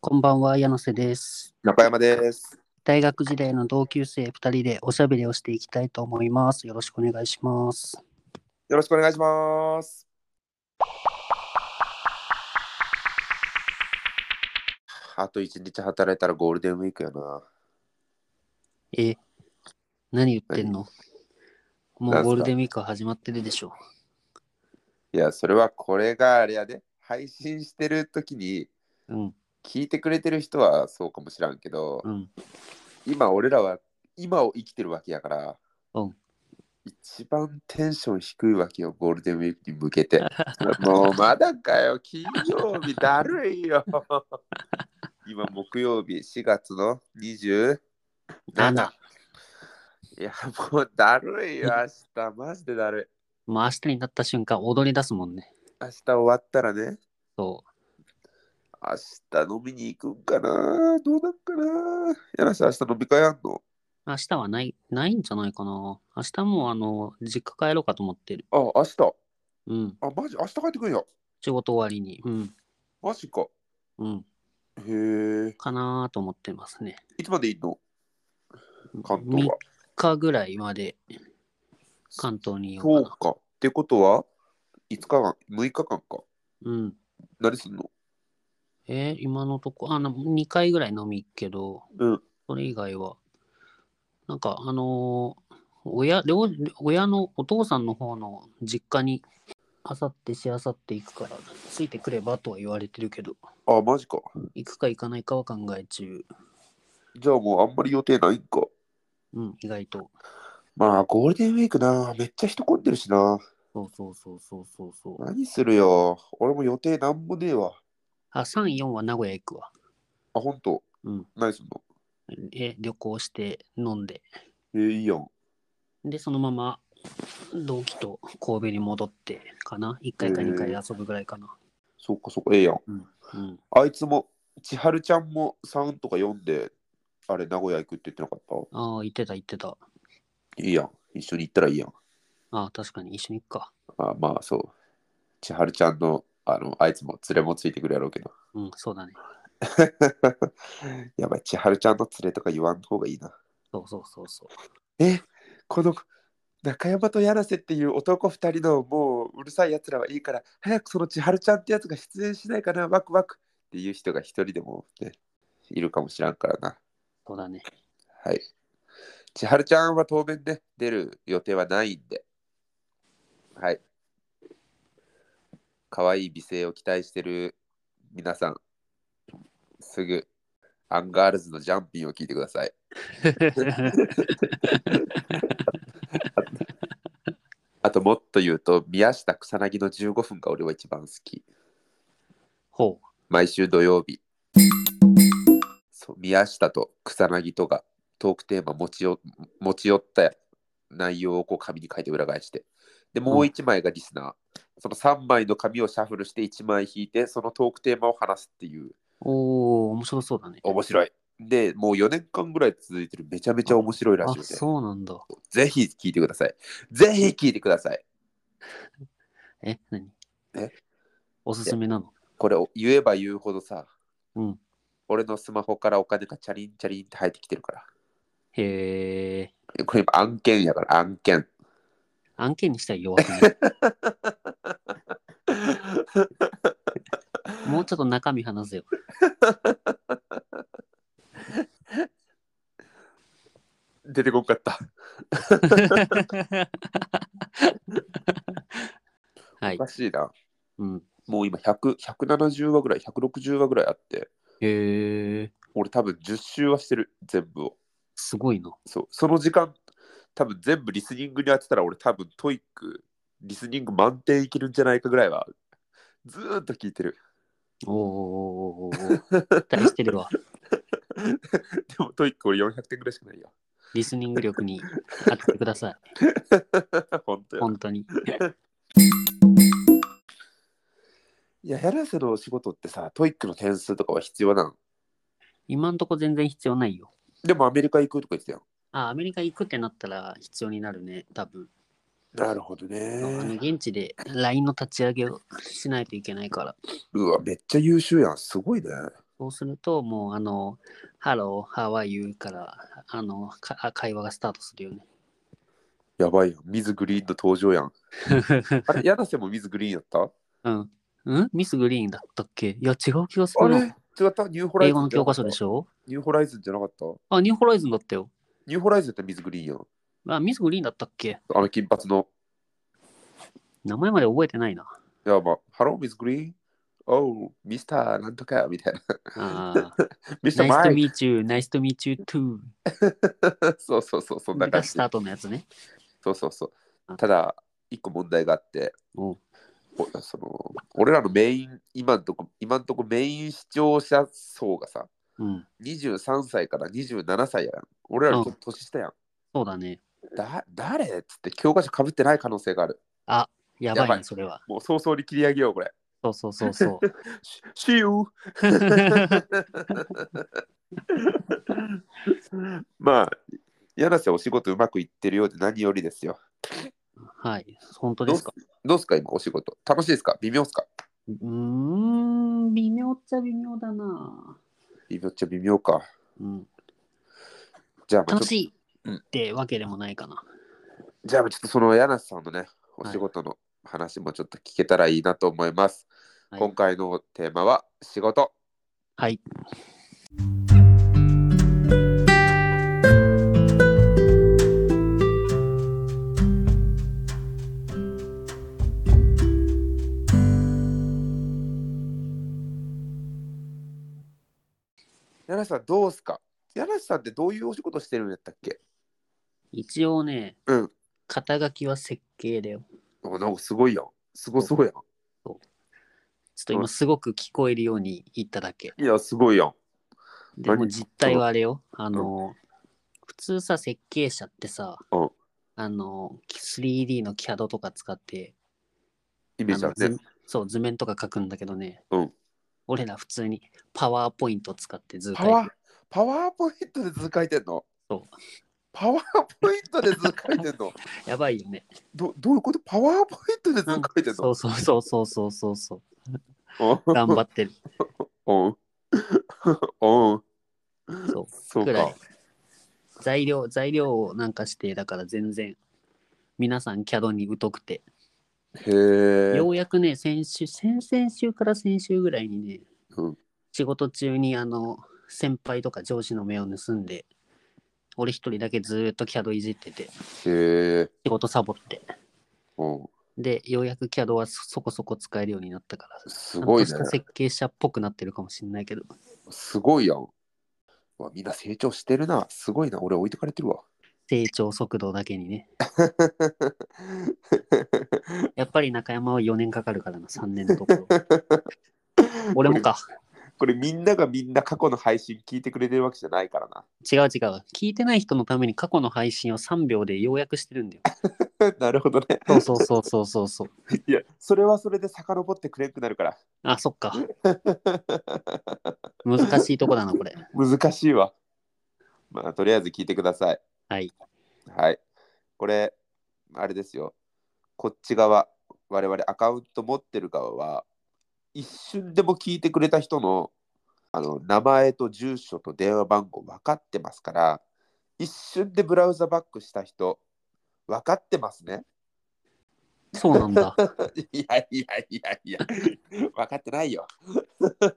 こんばんは、柳瀬です。中山です。大学時代の同級生2人でおしゃべりをしていきたいと思います。よろしくお願いします。よろしくお願いします。あと一日働いたらゴールデンウィークやな。え、何言ってんのもなうんすかゴールデンウィークは始まってるでしょ。いや、それはこれがあれやで、配信してる時にうん、聞いてくれてる人はそうかもしらんけど、うん。今俺らは今を生きてるわけやから、うん一番テンション低いわけよ、ゴールデンウィークに向けて。 もうまだかよ、金曜日だるいよ。 今、木曜日、4月の27。 7。いや、もうだるいよ、明日、マジでだるもう明日になった瞬間踊り出すもんね。い。明日終わったらね、そ明日飲みに行くんかなどうなんかな柳瀬、明日飲み会あんのう。明日はない、ないんじゃないかな。明日もあの、実家帰ろうかと思ってる。あ、明日。うん。あ、マジ、明日帰ってくんや。仕事終わりに。うん。マジか。うん。へえ。かなーと思ってますね。いつまでいんの関東は。 3日ぐらいまで関東にいよそううかか。ってことは、5日間、6日間か。な。うん。何すんのえー今のとこ、あの、2回ぐらい飲み行くけど、うんそれ以外は、なんか、あのー親、両、親のお父さんの方の実家に、あさってしあさって行くから、ついてくればとは言われてるけど、あ、マジか。行くか行かないかは考え中。じゃあもうあんまり予定ないんか。うん、意外と。まあ、ゴールデンウィークな。めっちゃ人混んでるしな。そうそうそうそうそうそう。何するよ。俺も予定なんもねえわ。あ、3、4は名古屋行くわ。あ、ほんと。うん。何すんのえ、旅行して飲んで。えーいいやん。で、そのまま、同期と神戸に戻ってかな。1回か2回で遊ぶぐらいかな。そっかそっか、ええやん。うん。あいつも、千春ちゃんも3とか4で、あれ、名古屋行くって言ってなかっああ、言ってた言ってた。たいいやん。一緒に行ったらいいやん。ああ、確かに一緒に行くか。あまあ、そう。千春ちゃんの、あの、あいつも連れもついてくるやろうけど。 うん、そうだね。やばい、千春ちゃんの連れとか言わん方がいいな。そうそうそうそう。えこの中山と柳瀬っていう男二人のもううるさいやつらはいいから早くその千春ちゃんってやつが出演しないかなワクワクっていう人が一人でも、ね、いるかもしらんからなそうだね。 はい千春ちゃんは当面ね出る予定はないんではい可愛い美声を期待してる皆さんすぐアンガールズのジャンピンを聞いてくださいあともっと言うと宮下草薙の15分が俺は一番好きほ毎週土曜日そう宮下と草薙とがトークテーマ持ちよ持ち寄った内容をこう紙に書いて裏返してでもう1枚がリスナー、その3枚の紙をシャッフルして1枚引いてそのトークテーマを話すっていうう。おお、面白そうだね。面白いでもう4年間ぐらい続いてるめちゃめちゃ面白いラあジ、オでそうなんだ。ぜひ聞いてくださいぜひ聞いてくださいえ、何えおすすめなのこれを言えば言うほどさうん。俺のスマホからお金がチャリンチャリンって入ってきてるからへえ。えこれ今案件やから案件案件にした ら弱くないもうちょっと中身話せよ。出てこんかった。はいお。かしいな。うん。もう今100 170話ぐらい、160話ぐらいあって、へえ。俺多分10周はしてる、全部を。すごいな。そうその時間、多分全部リスニングに当てたら、俺多分トイック、リスニング満点いけるんじゃないかぐらいは、ずーっと聞いてる。 おーおーおーおーおー。期待してるわ。でもトイック俺400点ぐらいしかないよ。 リスニング力に当ててください。本当や。本当に。いや、柳瀬のお仕事ってさ、トイックの点数とかは必要なん。今んとこ全然必要ないよ。でもアメリカ行くとか言ってたよ。あ、アメリカ行くってなったら必要になるね、多分。なるほどあのね。現地で LINE の立ち上げをしないといけないから。うわ、めっちゃ優秀やん。すごいね。そうすると、もう、あの、Hello, how are you? から、あの、かあ会話がスタートするよね。やばいよ。ミズグリーンの登場や ん。あれ、柳瀬もミズグリーンやったうん。うんミスグリーンだったっけいや、違う気がすあるれな。違ったニューホライ英ズ語ンのじゃ教なか科った書でしょニューホライズンじゃなかったあ、ニューホライズンだったよ。ニューホライズンってミズグリーンやん。あ、ミスグリーンだったっけあの金髪の。名前まで覚えてないな。いや、まあ、ハロー、ミズグリーン。おう、ミスターなんとかみたいな。 ああ。ミスターマ nice to イ meet you, nice to meet you too. ク。 そうそうそう、そんな感がじス。タートのやつね。そうそうそあう。ただ、一個問題があって、おうおその俺らのメイン、今んとこ、今んとこメイン視聴者層がさ、うん。 23歳から27歳やん。俺らのと年下やん。そうだね。だ誰っつって教科書かぶってない可能性がある。やばいやね、ばいそれは。もう早々に切り上げよう、これ。そうそうそうそう。 し See you! まあ、柳瀬お仕事うまくいってるようで何よりですよ。はい。本当どでうすすかどうすか今お仕事。楽しいですか微妙ですかうーん、微妙っちゃ微妙だな。微妙っちゃ微妙か。うん、じゃあまあ楽ちょっと、しういんってわけでもないかな。じゃあまあちょっとその柳瀬さんのね、お仕事の話もちょっと聞けたらいいなと思います。はい今回のテーマは仕事。はい。柳瀬さんどうすか柳瀬さんってどういうお仕事してるんやったっけ一応ね、うん肩書きは設計だよ。おなんかすごいやん。すごそうやん。ちょっとう今んすごく聞こえるように言っただけ。いや、すごいやん。で何も実態はあれよ。あの、普通さ、設計者ってさうん、あの、3D の CAD とか使って、イメーあジあのるね図。そう、図面とか書くんだけどね、うん俺ら普通にパワーポイント使って図パ書ワいーて、パワーポイントで図書いてんのそうパワーポイントで図書いてんのやばいよね。どどういうことパワーポイントで図書いてんそのうそうそうそうそうそう そう。うん頑張ってる。うん。うん。そう。そうくらいか。材料、材料をなんかして、だから全然、皆さん CAD に疎くて。へえよ。うやくね、先週、先々週から先週ぐらいにね、うん仕事中にあの、先輩とか上司の目を盗んで、俺一人だけずーっと CAD いじってて、へえ。仕事サボって。うん。で、ようやく CAD はそそこそこ使えるようになったから、すごいちねゃんと。した設計者っぽくなってるかもしれないけど。すごいやん。うわみんな成長してるな。すごいな。俺置いてかれてるわ。成長速度だけに ね。やっぱり中山は4年かかるからな、3年のところ。俺もか。これみんながみんな過去の配信聞いてくれてるわけじゃないからな。 違う違う。聞いてない人のために過去の配信を3秒で要約してるんだよ。なるほどね。そうそうそうそうそうそう。いや、それはそれで遡ってくれんくなるから。あ、そっか。難しいとこだな、これ。難しいわ。まあ、とりあえず聞いてください。はい。はい。これ、あれですよ。こっち側、我々アカウント持ってる側は、一瞬でも聞いてくれた人のあの名前と住所と電話番号分かってますから、一瞬でブラウザバックした人、分かってますね。そうなんだ。いやいやいやいや、分かってないよ。分か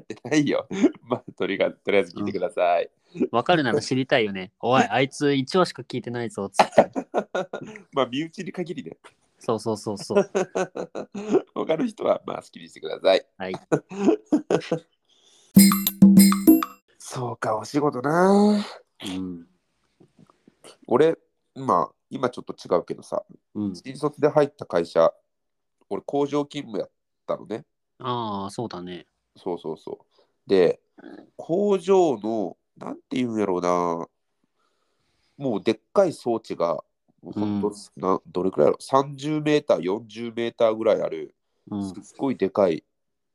ってないよ。まあ、とりがとりあえず聞いてください。わかるなら知りたいよね。おい、あいつ1話しか聞いてないぞ、つって。まあ、身内に限りね。そうそうそうそう。他の人は、まあ、好きにしてください。はい。そうか、お仕事な。うん。俺、まあ、今ちょっと違うけどさ、うん。新卒で入った会社、俺、工場勤務やったのね。ああ、そうだね。そうそうそう。で、工場の、なんて言うんやろうな、もうでっかい装置が、もうほんと、などれくらいやろ、30メーター、40メーターぐらいある、うん。すっごいでかい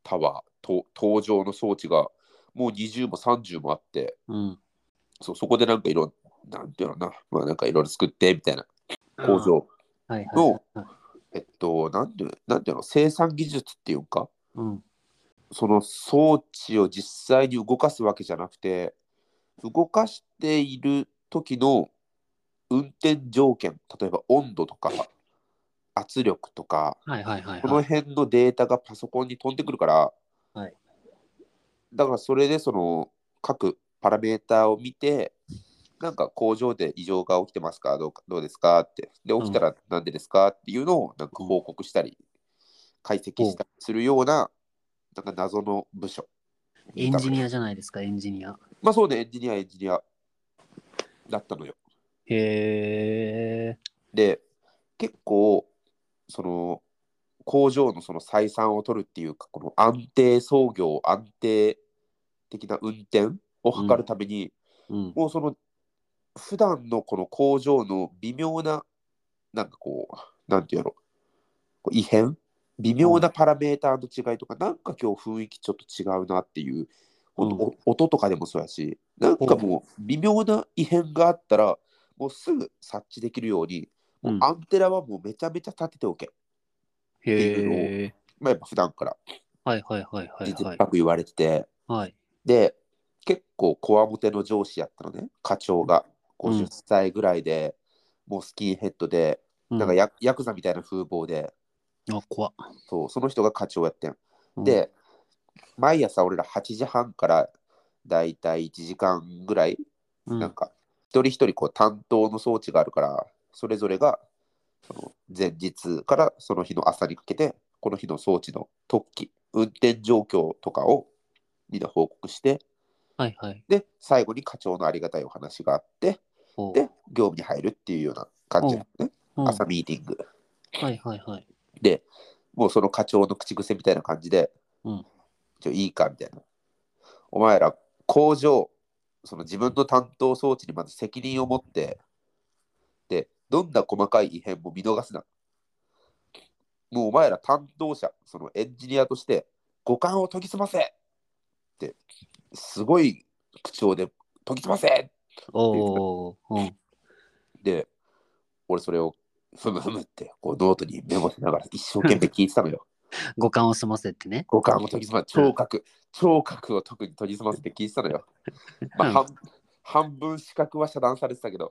タワー、と搭乗の装置が、もう20も30もあって、うん。そうそこでなんかいろん、なんていうのかな、まあなんかいろいろ作ってみたいな工あ場あ。はいはい。の、えっと、なんていうなんていうの、生産技術っていうか、うん。その装置を実際に動かすわけじゃなくて、動かしている時の運転条件、例えば温度とか圧力とか、はいはいはいこのはい。辺のデータがパソコンに飛んでくるから、はいだからそれでその各パラメーターを見て、なんか工場で異常が起きてますかどうかどうですかって、で、起きたらなんでですかっていうのをなんか報告したり、解析したりするような、なんか謎の部署。エンジニア。アじゃないですか、エンジニア。まあそうね、エンジニア、エンジニアだったのよ。へえ。で、結構、その、工場のその採算を取るっていうか、この安定操業、安定的な運転を図るために、うん。もうその、普段のこの工場の微妙な、なんかこう、なんていうの、こう異変微妙なパラメーターの違いとか、なんか今日雰囲気ちょっと違うなっていう、ほんとお音とかでもそうやし、なんかもう微妙な異変があったら、もうすぐ察知できるように、もううんアンテナはもうめちゃめちゃ立てておけ。へえ。まあやっぱ普段から、はいはいはいはい実はい。っぱく言われてて、はい。で、結構こわもての上司やったのね、課長がうん50歳ぐらいで、もうスキンヘッドで、うなんかヤヤクザみたいな風貌で、あ、怖っ。そうその人が課長やってん。うん、で、毎朝俺ら8時半からだいたい1時間ぐらい、うん、なんか一人一人こう担当の装置があるから、それぞれがその前日からその日の朝にかけて、この日の装置の特記、運転状況とかをみんな報告して、はいはい。で、最後に課長のありがたいお話があって、おうで、業務に入るっていうような感じなのね、うん、朝ミーティング。はいはいはい。で、もうその課長の口癖みたいな感じで、うんちょいいかみたいな。お前ら、工場、その自分の担当装置にまず責任を持って、で、どんな細かい異変も見逃すな。もうお前ら担当者、そのエンジニアとして、五感を研ぎ澄ませって、すごい口調で、研ぎ澄ませおうおうおう。うん。で、俺それをふむふむってこうノートにメモしながら一生懸命聞いてた のよ。五感を済ませってね。五感を研ぎ澄ま聴覚、聴覚を特に研ぎ澄ませて聞いてたのよ。まあ、半半分視覚は遮断されてたけど、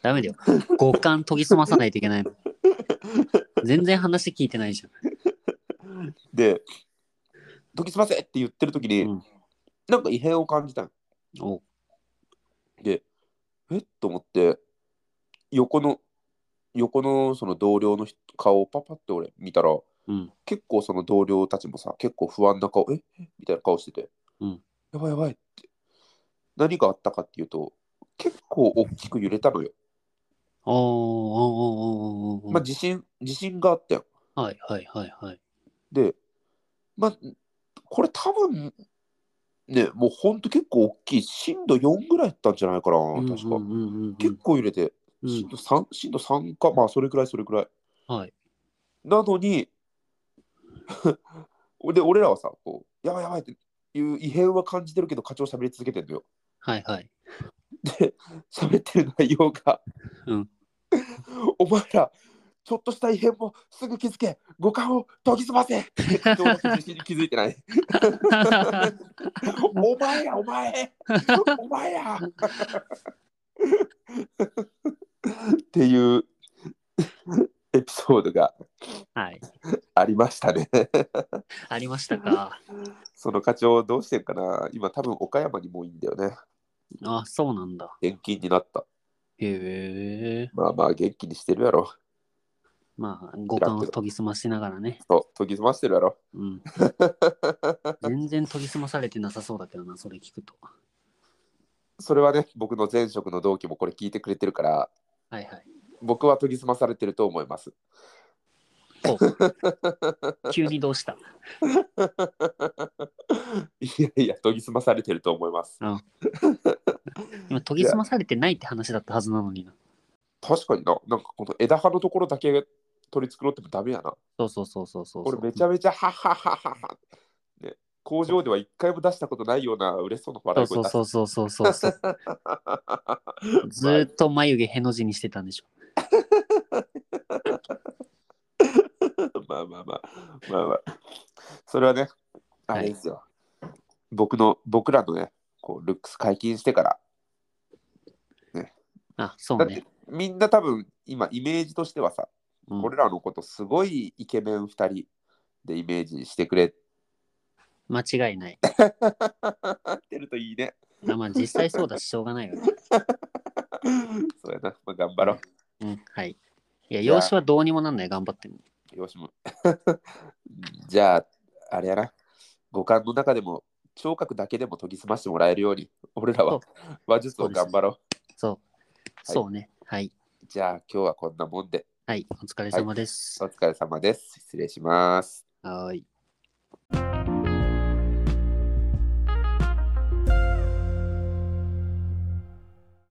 ダメだよ。五感研ぎ澄まさないといけない の。全然話聞いてないじで、研ぎ澄ませって言ってる時に、うんなんか異変を感じたのゃん。おうで、えっと思って、横の、横のその同僚の人顔をパパって俺見たら、うん。結構その同僚たちもさ、結構不安な顔、ええみたいな顔してて、うんやばいやばいって。何があったかっていうと、結構大きく揺れたのよ。おうおうおうおうおうおう。まあ、地震、地震があったよ。はいはいはいはい。で、まあ、これ多分、ね、もうほんと結構大きい、震度4ぐらいだったんじゃないかな、うんうん確うか。んうんうん結構揺れて、う震ん度3、震度3か、まあ、それくらい、それくらい。はい。なのに、 で、俺らはさ、こう、やばいやばいっていう異変は感じてるけど、課長喋り続けてんのよ。はい はい。 で、喋ってる内容が、うんお前ら、ちょっとした異変もすぐ気づけ、五感を研ぎ澄ませって俺たち自身に気づい てない。お前や、お前お前やっていうエピソードがはい。ありましたね。 ありましたか。その課長どうしてんかな今多分岡山にもういいんだよね。あ、そうなんだ。現金になった。へえ。まあまあ元気にしてるやろ。まあ、五感を研ぎ澄ましながらね。そう、研ぎ澄ましてるやろ。うん。全然研ぎ澄まされてなさそうだけどな、それ聞くと。それはね、僕の前職の同期もこれ聞いてくれてるから、はいはい。僕は研ぎ澄まされてると思います。 急にどうしたいやいや、研ぎ澄まされてると思います。今、研ぎ澄まされてないって話だったはずなのにな。確かにな、なんかこの枝葉のところだけ取り繕ってもダメやな。そうそうそうそうそう。俺めちゃめちゃハッハッハッハッハッね、工場では一回も出したことないような嬉しそうなそう笑い声そう出す。そうそうそうそう そう。ずーっと眉毛への字にしてたんでしょ。 まあまあまあまあまあ。それはね、あれですよ。僕の、僕らのね、こう、ルックス解禁してから、あ、そうだってね。みんな多分今、イメージとしてはさ、うん俺らの ことすごいイケメン2人でイメージしてくれ 間違いない。てるといいね。あまあ実際そうだし、しょうがないよね。そうやな、まあ、頑張ろう。うん、はい。いや、いや容姿はどうにもなんない、頑張っても。よしも。 じゃあ、あれやな。五感の中でも聴覚だけでも研ぎ澄ましてもらえるように、俺らは話術を頑張ろう。そう。そうね。はい。じゃあ、今日はこんなもんで、はい、お疲れ様です。お疲れ様です。失礼します。はーい。